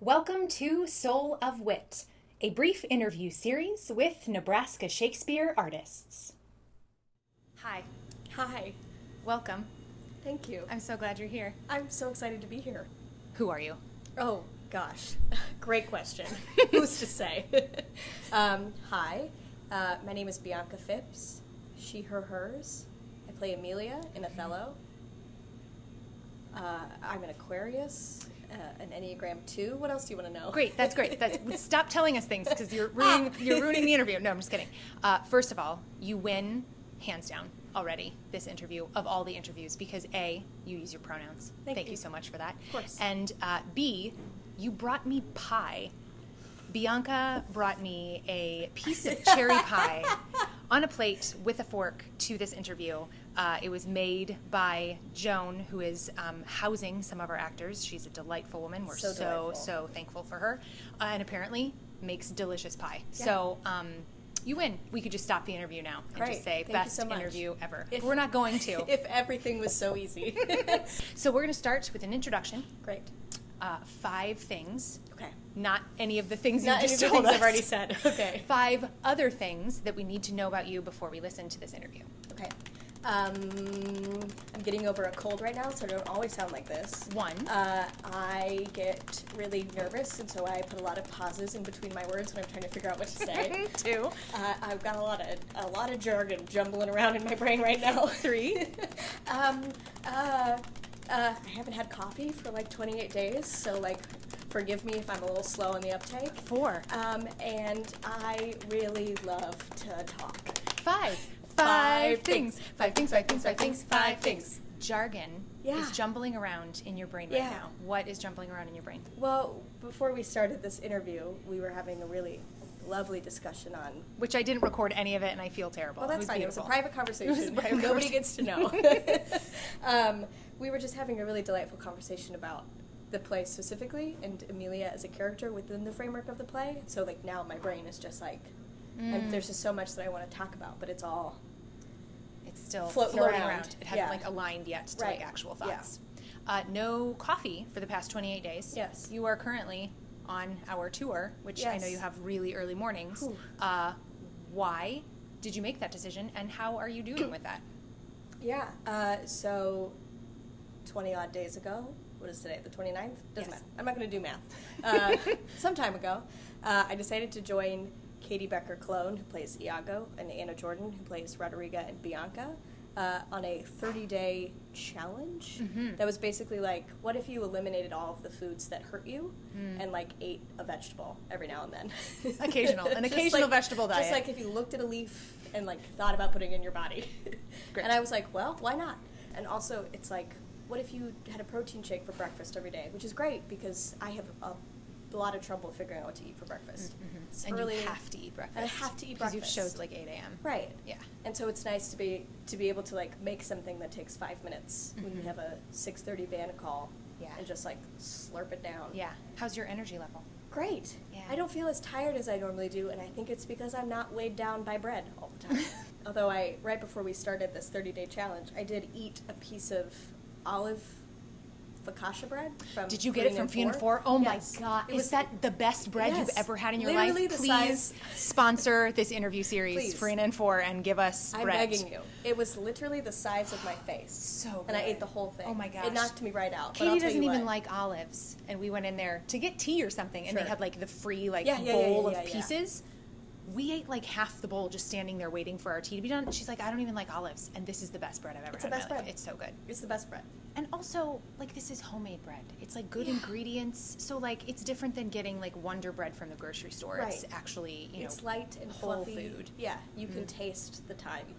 Welcome to Soul of Wit, a brief interview series with Nebraska Shakespeare artists. Hi, Hi, welcome. thank you. I'm so glad you're here. I'm so excited to be here. Who are you? Oh, gosh. Great question. Who's to say? um, hi, uh, my name is Bianca Phipps. She, her, hers. I play Amelia in Othello. Uh, I'm an Aquarius, uh, an Enneagram 2. What else do you want to know? Ah. Great, that's great. That's stop telling us things because you're ruining you're ruining the interview. No, I'm just kidding. Uh, first of all, you win hands down already this interview of all the interviews because a you use your pronouns. Thank you. you. so much for that. Of course. And uh, b you brought me pie. Bianca brought me a piece of cherry pie on a plate with a fork to this interview. Uh, it was made by Joan, who is um, housing some of our actors. She's a delightful woman. We're So so delightful. so thankful for her, uh, and apparently makes delicious pie. So. Um, you win. We could just stop the interview now and Great. just say Thank you best so much. interview ever. If- We're not going to. if everything was so easy. so we're going to start with an introduction. Great. Uh, five things, Okay. not any of the things Not you any just of the told things us. I've already said. Okay. Five other things that we need to know about you before we listen to this interview. Okay. Um, I'm getting over a cold right now, so I don't always sound like this. One. Uh, I get really nervous, and so I put a lot of pauses in between my words when I'm trying to figure out what to say. Two. uh, I've got a lot of a lot of jargon jumbling around in my brain right now. Three. um, uh, uh, I haven't had coffee for like 28 days, so like, forgive me if I'm a little slow on the uptake. Four. uh, Um, and I really love to talk. Five. Five things. Five things, five things, five things, five things. Jargon Yeah. is jumbling around in your brain right Yeah. now. What is jumbling around in your brain? Well, before we started this interview, we were having a really lovely discussion on. Which I didn't record any of it and I feel terrible. Well, it that's was fine. It was a beautiful. private conversation. It was a private Nobody conversation. gets to know. um, we were just having a really delightful conversation about the play specifically and Amelia as a character within the framework of the play. So, like now, my brain is just like, Mm. I'm- there's just so much that I want to talk about, but it's all It's still floating floating around. around. It hasn't Yeah. like aligned yet to like Right. actual Yeah. thoughts. Uh, no coffee for the past 28 days. Yes. You are currently on our tour, which I know Yes. you have really early mornings. Whew. Uh, why did you make that decision and how are you doing with that? Yeah. Uh, so, 20 odd days ago, what is today, the 29th? Yes. Doesn't matter. I'm not going to do math. Uh, some time ago, uh, I decided to join Katie Becker Clone, who plays Iago, and Anna Jordan, who plays Roderiga and Bianca, uh, on a 30 day challenge Mm-hmm. that was basically like, what if you eliminated all of the foods that hurt you Mm. and like ate a vegetable every now and then? Occasional- an Just occasional vegetable just diet. like if you looked at a leaf and like thought about putting it in your body. Great. And I was like, well, why not? And also, it's like, what if you had a protein shake for breakfast every day? Which is great because I have a lot of trouble figuring out what to eat for breakfast. Mm-hmm. It's Mm-hmm. and early- you have to eat breakfast. And I have to eat because breakfast. you've showed like 8 a.m. right. Yeah. And so it's nice to be to be able to like make something that takes five minutes when you have a six thirty van call. Mm-hmm. Yeah. And just like slurp it down. Yeah. How's your energy level? Great. Yeah. I don't feel as tired as I normally do, and I think it's because I'm not weighed down by bread all the time. Although I, right before we started this 30-day challenge, I did eat a piece of olive focaccia bread from. Did you get it from Fiend 4? Oh Yes. my God. It Is was- that the best bread you've Yes. ever had in your Literally life? the Please size- sponsor this interview series, Please. Farina and 4, and give us I'm bread. begging you. It was literally the size of my face. So And I good. ate the whole thing. Oh my gosh. It knocked me right out. but I'll Katie tell doesn't you even what. like olives, and we went in there to get tea or something, and they Sure. had like the free like Yeah, yeah, yeah, bowl yeah, of yeah, yeah. pieces. We ate like half the bowl just standing there waiting for our tea to be done. She's like, I don't even like olives, and this is the best bread I've ever It's had. the in best my life. bread. It's so good, It's the best bread. and also like this is homemade bread. It's like good ingredients, so like it's different than getting like Wonder Bread from the grocery store. It's Right. actually you know it's light and whole fluffy. food. Mm. Yeah, you can taste the time.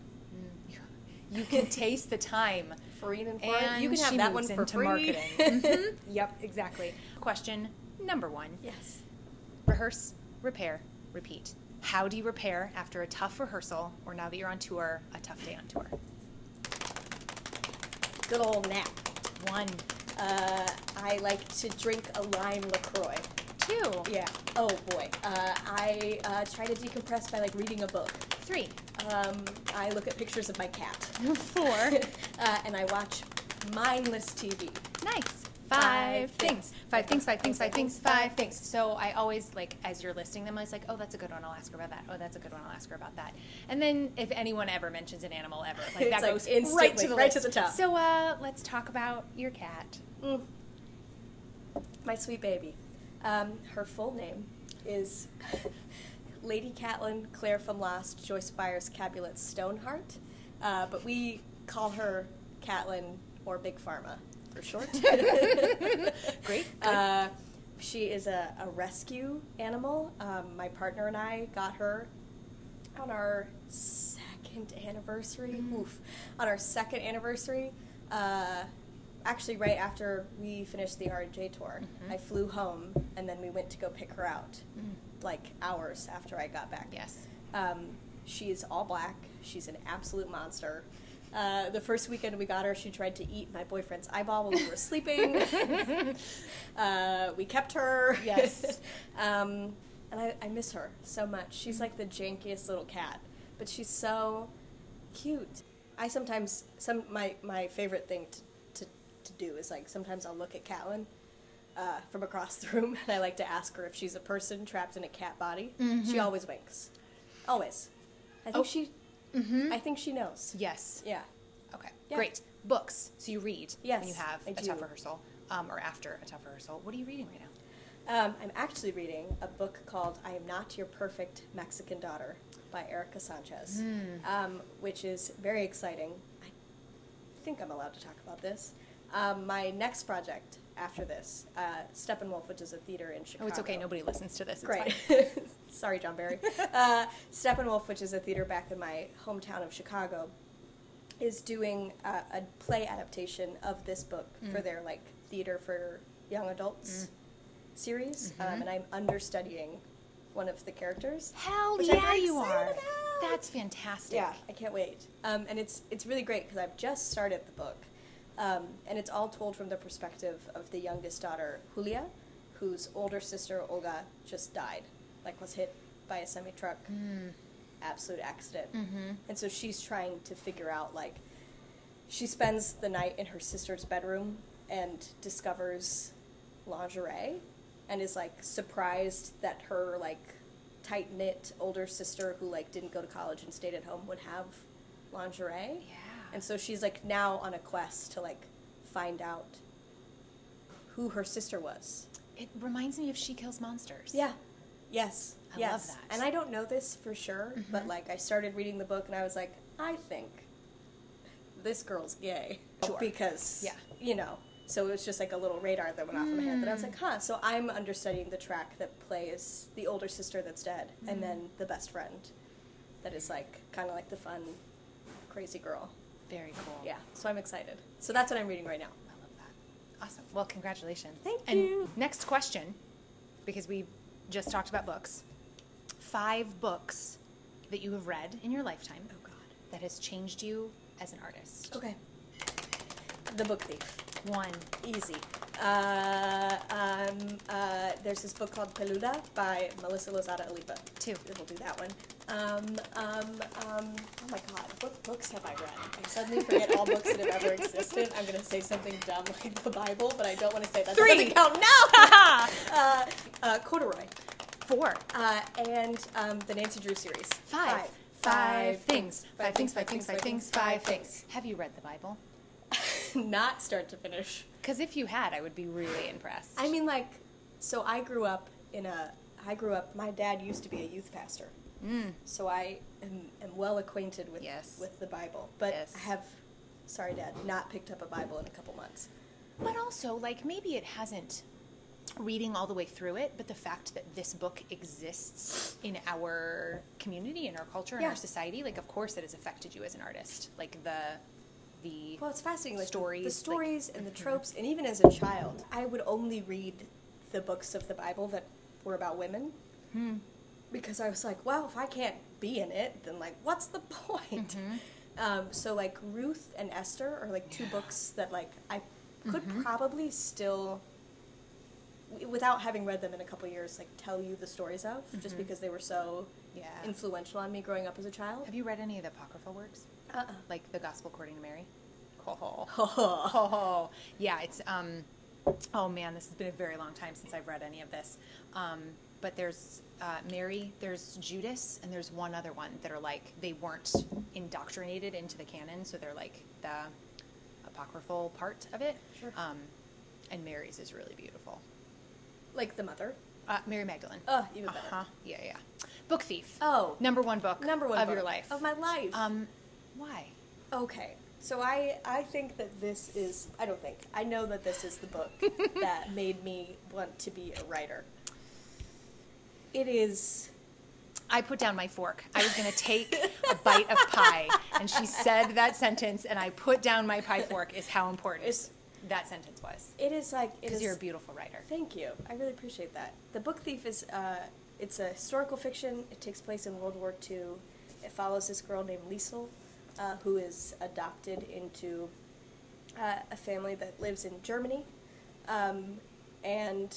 You can taste the time. Farine and flour. And you can she have that one moves for into free. marketing. Mm-hmm. Yep, exactly. Question number one. Yes. Rehearse, repair, repeat. How do you repair after a tough rehearsal or now that you're on tour, a tough day on tour? Good old nap. One, Uh, I like to drink a lime LaCroix. two, Yeah. Oh boy. Uh, I uh, try to decompress by like reading a book. three, Um, I look at pictures of my cat. four, uh, and I watch mindless TV. nice, five things, five things, five things, five things, five things. So I always like, as you're listing them, I was like, oh, that's a good one. I'll ask her about that. Oh, that's a good one. I'll ask her about that. And then if anyone ever mentions an animal ever, like It's that like goes right instantly, to the right list. to the top. So uh, let's talk about your cat. Mm. My sweet baby. Um, her full name is Lady Catelyn Claire from Lost Joyce Byers Capulet Stoneheart, uh, but we call her Catelyn or Big Pharma for short. Great. Uh, she is a, a rescue animal. Um, my partner and I got her on our second anniversary. Oof. On our second anniversary, uh, actually, right after we finished the RJ tour, I flew home and then we went to go pick her out like hours after I got back. Yes. Um, she is all black. She's an absolute monster. Uh, the first weekend we got her, she tried to eat my boyfriend's eyeball when we were sleeping. uh, we kept her. Yes. um, and I, I miss her so much. She's Mm-hmm. like the jankiest little cat, but she's so cute. I sometimes some my my favorite thing to to, to do is like sometimes I'll look at Catelyn uh, from across the room, and I like to ask her if she's a person trapped in a cat body. She always winks, always. I think Mm-hmm. Oh. she. I think she knows. Yes. Yeah. Okay. Yeah. Great. Books. So you read Yes, when you have I a do. tough rehearsal um, or after a tough rehearsal. What are you reading right now? Um, I'm actually reading a book called I Am Not Your Perfect Mexican Daughter by Erica Sanchez, Hmm. um, which is very exciting. I think I'm allowed to talk about this. Um, my next project after this, uh, Steppenwolf, which is a theater in Chicago. Oh, it's okay. Nobody listens to this. It's Great. fine. Sorry, John Barry. Uh, Steppenwolf, which is a theater back in my hometown of Chicago, is doing a, a play adaptation of this book for their like theater for young adults series, um, and I'm understudying one of the characters. Hell Which I'm yeah, very you are. excited about. That's fantastic. Yeah, I can't wait. Um, and it's it's really great because I've just started the book, um, and it's all told from the perspective of the youngest daughter Julia, whose older sister Olga just died, like was hit by a semi truck, Mm, absolute accident. mm-hmm. And so she's trying to figure out like she spends the night in her sister's bedroom and discovers lingerie and is like surprised that her like tight knit older sister who like didn't go to college and stayed at home would have lingerie. Yeah. And so she's like now on a quest to like find out who her sister was. It reminds me of She Kills Monsters. Yeah. Yes. I love yes. that. Mm-hmm. And I don't know this for sure, but like I started reading the book and I was like, I think this girl's gay. Sure. Because Yeah. you know. So it was just like a little radar that went off in my head that I was like, huh. So I'm understudying the track that plays the older sister that's dead Mm-hmm. and then the best friend that is like kinda like the fun, crazy girl. Very cool. Yeah. So I'm excited. So that's what I'm reading right now. I love that. Awesome. Well, congratulations. Thank and you. Next question, because we just talked about books. Five books that you have read in your lifetime. Oh God. That has changed you as an artist. Okay. The book thief. One. Easy. Uh, um, uh, there's this book called Peluda by Melissa Lozada Oliva. Two. We'll do that one. Um, um, um, oh my god, what books have I read? I suddenly forget all books that have ever existed. I'm going to say something dumb like the Bible, but I don't want to say that. That Three. doesn't count. No! uh, uh, Corduroy. Four. Uh, and um, the Nancy Drew series. Five. Five Five things. Five things. Five things. Five things. Five things. Have you read the Bible? Not start to finish. Because if you had, I would be really impressed. I mean, like, so I grew up in a. I grew up. My dad used to be a youth pastor, Hmm. mm. so I am, am well acquainted with Mm-hmm. Yes. with the Bible. But Yes. I have, sorry, Dad, not picked up a Bible in a couple months. But also, like, maybe it hasn't reading all the way through it, but the fact that this book exists in our community, in our culture, in Yeah. our society, like, of course, it has affected you as an artist. Like, the, the, Well, it's fascinating. Like the- Stories, the like- Mm-hmm. stories and the tropes, and even as a child, I would only read the books of the Bible that were about women, Hmm. because I was like, well, if I can't be in it, then like, what's the point? Mm-hmm. Um, so like Ruth and Esther are like two books that like I could Mm-hmm. probably still, w- without having read them in a couple years, like tell you the stories of, just because they were so Mm-hmm. yeah. influential on me growing up as a child. Have you read any of the Apocryphal works? Uh-uh. Like, The Gospel According to Mary? Oh, yeah, Oh, it's, um, oh man, this has been a very long time since I've read any of this. Um, but there's uh, Mary, there's Judas, and there's one other one that are like they weren't indoctrinated into the canon, so they're like the apocryphal part of it. Sure. Um, and Mary's is really beautiful. Like the mother. Uh, Mary Magdalene. Oh, even better. Uh-huh. Yeah, yeah. Book Thief. Oh. Number one book. Number one of book your life. of my life. Um, why? Okay. So I I think that this is I don't think. I know that this is the book that made me want to be a writer. It is I put down my fork. I was going to take a bite of pie, and she said that sentence, and I put down my pie fork. Is how important It's- that sentence was. it is like it Because is you're a beautiful writer. Thank you. I really appreciate that. The Book Thief is uh, it's a historical fiction. It takes place in World War II. It follows this girl named Liesel, uh, who is adopted into uh, a family that lives in Germany, um, and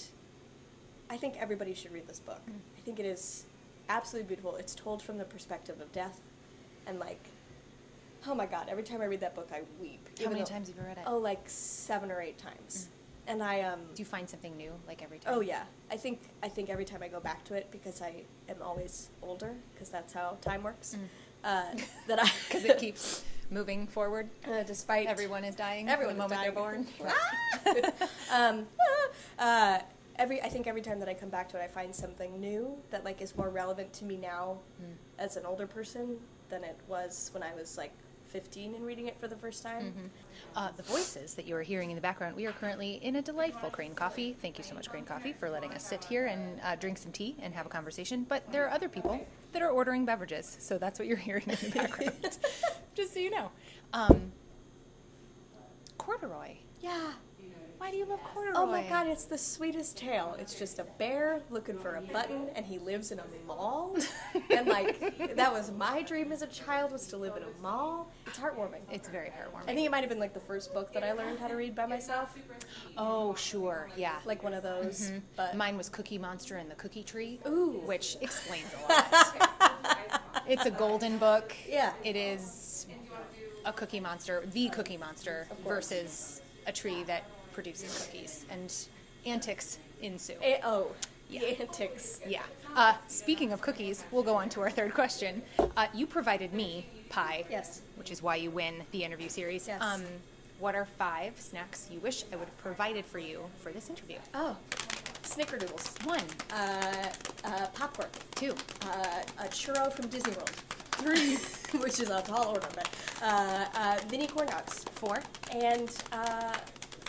I think everybody should read this book. Mm. I think it is absolutely beautiful. It's told from the perspective of death, and like, oh my god! Every time I read that book, I weep. How even many though- times have you read it? Mm. Oh, like seven or eight times. And I um. Do you find something new like every time? Oh yeah, I think I think every time I go back to it because I am always older because that's how time works. Uh, that I Because Mm. it keeps moving forward. uh, despite Everyone is dying. everyone from the moment is they're born. dying. um, uh, every I think every time that I come back to it, I find something new that like is more relevant to me now Mm. as an older person than it was when I was like 15 and reading it for the first time. Uh, the voices that you are hearing in the background, we are currently in a delightful Crane Coffee. Thank you so much, Crane Coffee, for letting us sit here and uh, drink some tea and have a conversation. But there are other people that are ordering beverages, so that's what you're hearing in the background. Just so you know. Um, corduroy. Yeah. Why do you love corduroy? Oh my god, it's the sweetest tale. It's just a bear looking for a button and he lives in a mall. and like that was my dream as a child was to live in a mall. It's heartwarming. It's very I heartwarming. think it might have been like the first book that I learned how to read by myself. Oh, sure, yeah. Mm-hmm. Like one of those. But Mine was Cookie Monster and the Cookie Tree, Ooh. which explains a lot. it's a golden book. Yeah. It is a cookie monster, the cookie monster, versus a tree that produces cookies. And antics ensue. eh, oh, Yeah. the antics. yeah. Uh, speaking of cookies, we'll go on to our third question. Uh, you provided me pie. Yes. Which is why you win the interview series. Yes. Um, what are five snacks you wish I would have provided for you for this interview? Oh, snickerdoodles. One, Uh, uh, popcorn. two, uh, a churro from Disney World. Three, which is a tall order, but uh, uh, mini corn dogs four, and uh,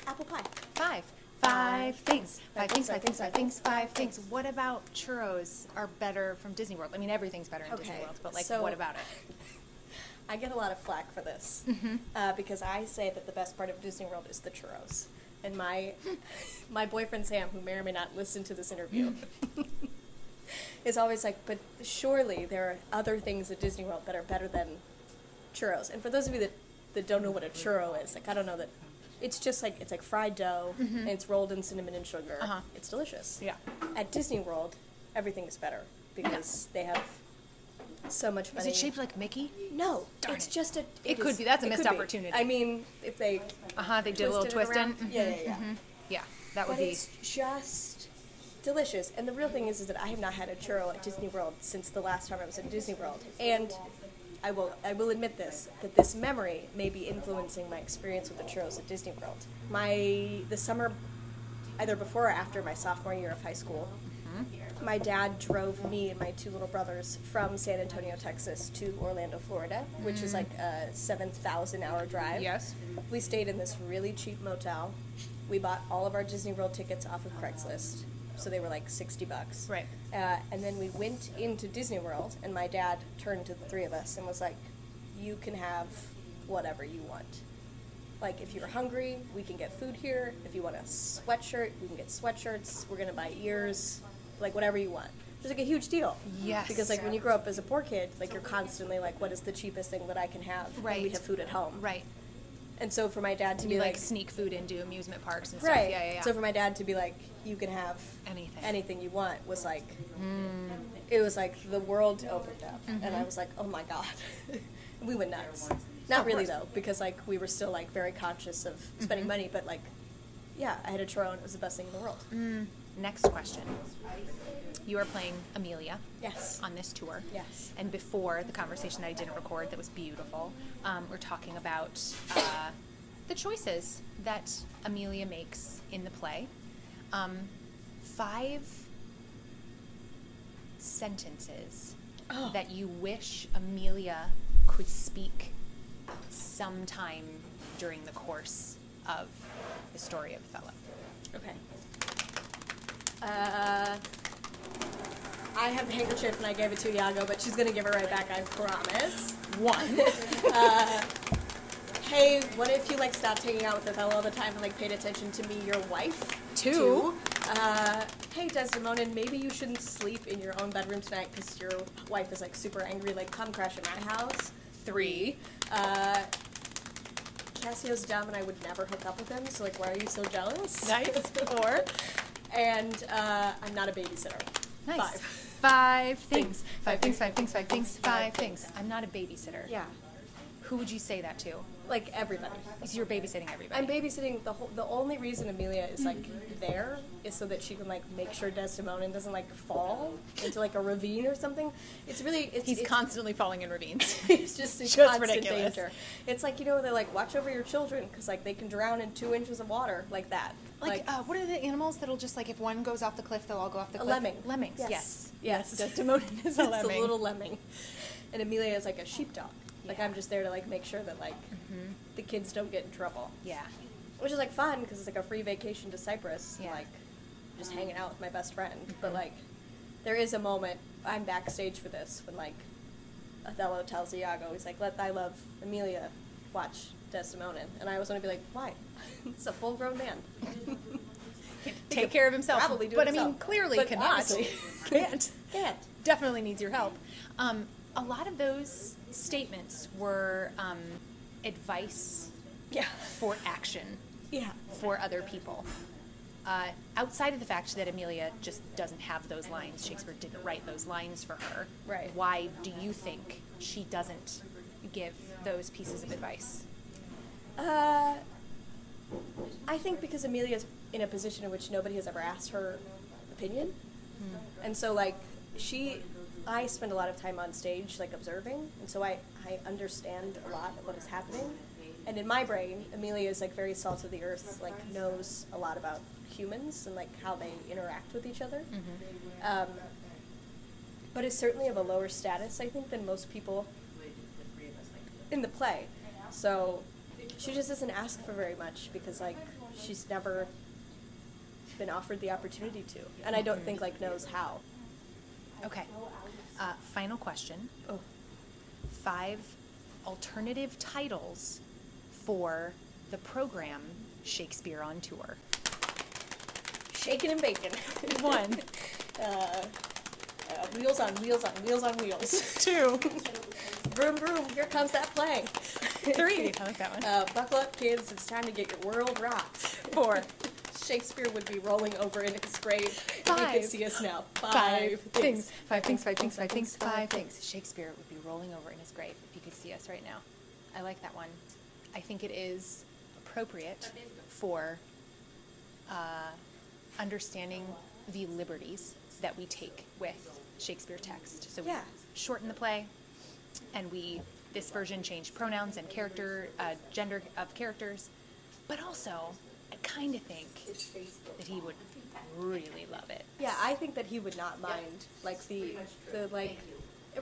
apple pie. Five. Five things. Five Five things, things, five things, five things, five things. What about churros are better from Disney World? I mean, everything's better in Disney Okay, World, but like, so- what about it? I get a lot of flack for this Mm-hmm. uh, because I say that the best part of Disney World is the churros. And my my boyfriend Sam, who may or may not listen to this interview, is always like, "But surely there are other things at Disney World that are better than churros." And for those of you that, that don't know what a churro is, like I don't know that it's just like it's like fried dough and it's rolled in cinnamon and sugar. Mm-hmm. Uh-huh. It's delicious. Yeah. At Disney World, everything is better because they have so much Is money. it shaped like Mickey? No, Darn it's it. just a. It is- could be. That's a it missed could be. opportunity. I mean, if they Uh huh. They did a little twist twisted it in. Mm-hmm. around. Yeah, yeah, yeah. Yeah, that would But be. it's just delicious. And the real thing is, is that I have not had a churro at Disney World since the last time I was at Disney World. And I will, I will admit this, that this memory may be influencing my experience with the churros at Disney World. My the summer, either before or after my sophomore year of high school. My dad drove me and my two little brothers from San Antonio, Texas, to Orlando, Florida, which is like a seven thousand hour drive. Mm. Yes. We stayed in this really cheap motel. We bought all of our Disney World tickets off of Craigslist, so they were like sixty bucks. Right. Uh, and then we went into Disney World, and my dad turned to the three of us and was like, "You can have whatever you want. Like, if you're hungry, we can get food here. If you want a sweatshirt, we can get sweatshirts. We're gonna buy ears, like whatever you want." Which is like a huge deal. Yes. Because like when you grow up as a poor kid, like you're constantly like, "What is the cheapest thing that I can have?" when we Right. have food at home. Right. And so for my dad to You be like, like, sneak food into amusement parks and stuff. right. Yeah, yeah, yeah. So for my dad to be like, you can have Anything. Mm. anything you want was like, it was like the world opened up, and Mm-hmm. I was like, oh my god, we went Mm-hmm. nuts. Not really though, because like we were still like very conscious of spending money, but like Yeah, I had a churro and it was the best thing in the world. Mm. Next question. You are playing Amelia Yes. on this tour. Yes. And before the conversation that I didn't record, that was beautiful, um, we're talking about uh, the choices that Amelia makes in the play. Um, five sentences that you wish Amelia could speak sometime during the course of the story of Othello. Okay. Uh, I have the handkerchief and I gave it to Iago, but she's gonna give it right back, I promise. One. Hey, what if you like stopped hanging out with Othello all the time and like paid attention to me, your wife? Two. Uh, hey Desdemona, maybe you shouldn't sleep in your own bedroom tonight because your wife is like super angry. Like, come crash at my house. Three. Uh, Cassio's dumb, and I would never hook up with him. So like, why are you so jealous? Nice. Four. And uh, I'm not a babysitter. Nice. Five. Five things. Five things, five things, five things, five things. I'm not a babysitter. Yeah. Who would you say that to? Like everybody. Because you're babysitting everybody. I'm babysitting the whole. The only reason Amelia is like there is so that she can like make sure Desdemona doesn't like fall into like a ravine or something. It's really it's He's it's, constantly falling in ravines. it's just a Just constant ridiculous. danger. It's like you know they're like watch over your children because like they can drown in two inches of water like that. Like, uh, what are the animals that'll just like if one goes off the cliff, they'll all go off the a cliff? lemming. Lemmings. Yes. Yes. Desdemona is a It's lemming. a little lemming, and Amelia is like a sheepdog. Like Yeah. Mm-hmm. I'm just there to like make sure that like the kids don't get in trouble. Yeah. which is like fun because it's like a free vacation to Cyprus, and Yeah. like just hanging out with my best friend. But like, there is a moment I'm backstage for this when like Othello tells Iago, he's like, "Let thy love Amelia watch Desdemona," and I always want to be like, "Why? it's a full-grown man. Take care of himself. probably do but I mean, himself. clearly But cannot. honestly- Can't. Can't." Definitely needs your help. Um, a lot of those statements were um, advice Yeah, for action. yeah, for other people. Uh, outside of the fact that Amelia just doesn't have those lines, Shakespeare didn't write those lines for her. Right. Why do you think she doesn't give those pieces of advice? Uh, I think because Amelia's in a position in which nobody has ever asked her opinion. And so, like, she, I spend a lot of time on stage, like, observing. And so I, I understand a lot of what is happening. And in my brain, Amelia is, like, very salt of the earth, like, knows a lot about humans and, like, how they interact with each other. Mm-hmm. Um, but is certainly of a lower status, I think, than most people in the play. So she just doesn't ask for very much because like she's never been offered the opportunity to, and I don't think like knows how. Okay. Uh, final question. Oh, Five alternative titles for the program Shakespeare on Tour. shaking and baking. One, uh, uh, wheels on wheels on wheels on wheels. two, vroom vroom, here comes that play. three. I like that one. Uh, buckle up, kids! It's time to get your world rocked. Four. Shakespeare would be rolling over in his grave if he Five. could see us now. Five, five things. Five things, five things, five things, five things. Shakespeare would be rolling over in his grave if he could see us right now. I like that one. I think it is appropriate for uh, understanding the liberties that we take with Shakespeare text. So we Yeah. shorten the play, and we this version changed pronouns and character uh, gender of characters, but also I kind of think that he would really love it. Yeah, I think that he would not mind like the the like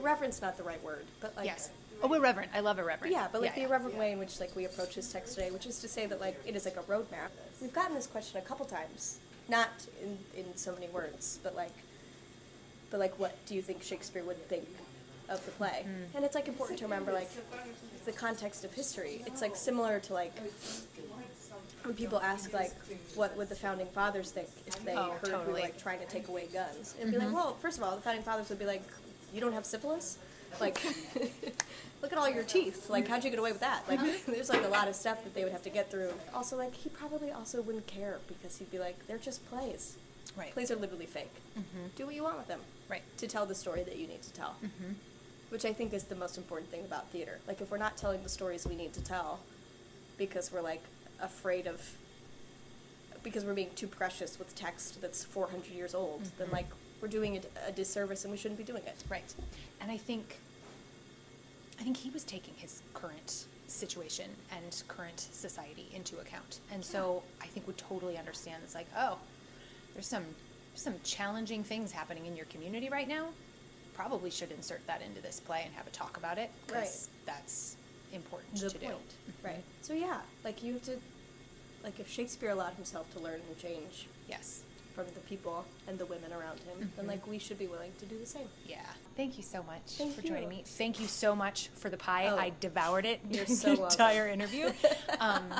reference not the right word, but like yes. Oh, irreverent. I love irreverent. yeah, but like the irreverent way in which like we approach his text today, which is to say that like it is like a roadmap. We've gotten this question a couple times, not in in so many words, but like but like what do you think Shakespeare would think of the play? Hmm. And it's like important to remember like the context of history. It's like similar to like when people ask like what would the founding fathers think if they Oh, heard we were totally. like trying to take away guns? It'd be like, Mm-hmm. well, first of all, the founding fathers would be like, you don't have syphilis, like. Look at all your teeth. Like, how'd you get away with that? Uh-huh. Like, there's like a lot of stuff that they would have to get through. Also, like, he probably also wouldn't care because he'd be like, they're just plays. Right. Mm-hmm. Plays are literally fake. Do what you want with them. Right. Mm-hmm. To tell the story that you need to tell. Which I think is the most important thing about theater. Like, if we're not telling the stories we need to tell because we're like afraid of because we're being too precious with text that's 400 years old, then like we're doing a, a disservice and we shouldn't be doing it. Mm-hmm. Right. And I think I think he was taking his current situation and current society into account. And so I think would totally understand it's like, oh, there's some some challenging things happening in your community right now. Probably should insert that into this play and have a talk about it because that's important The to point, do. Mm-hmm. right? So yeah, like you have to, like if Shakespeare allowed himself to learn and change Yes. from the people and the women around him, Mm-hmm. then like we should be willing to do the same. Yeah. Thank you so much Thank for joining you. me. Thank you so much for the pie. Oh. I devoured it You're during so the welcome. entire interview. Um,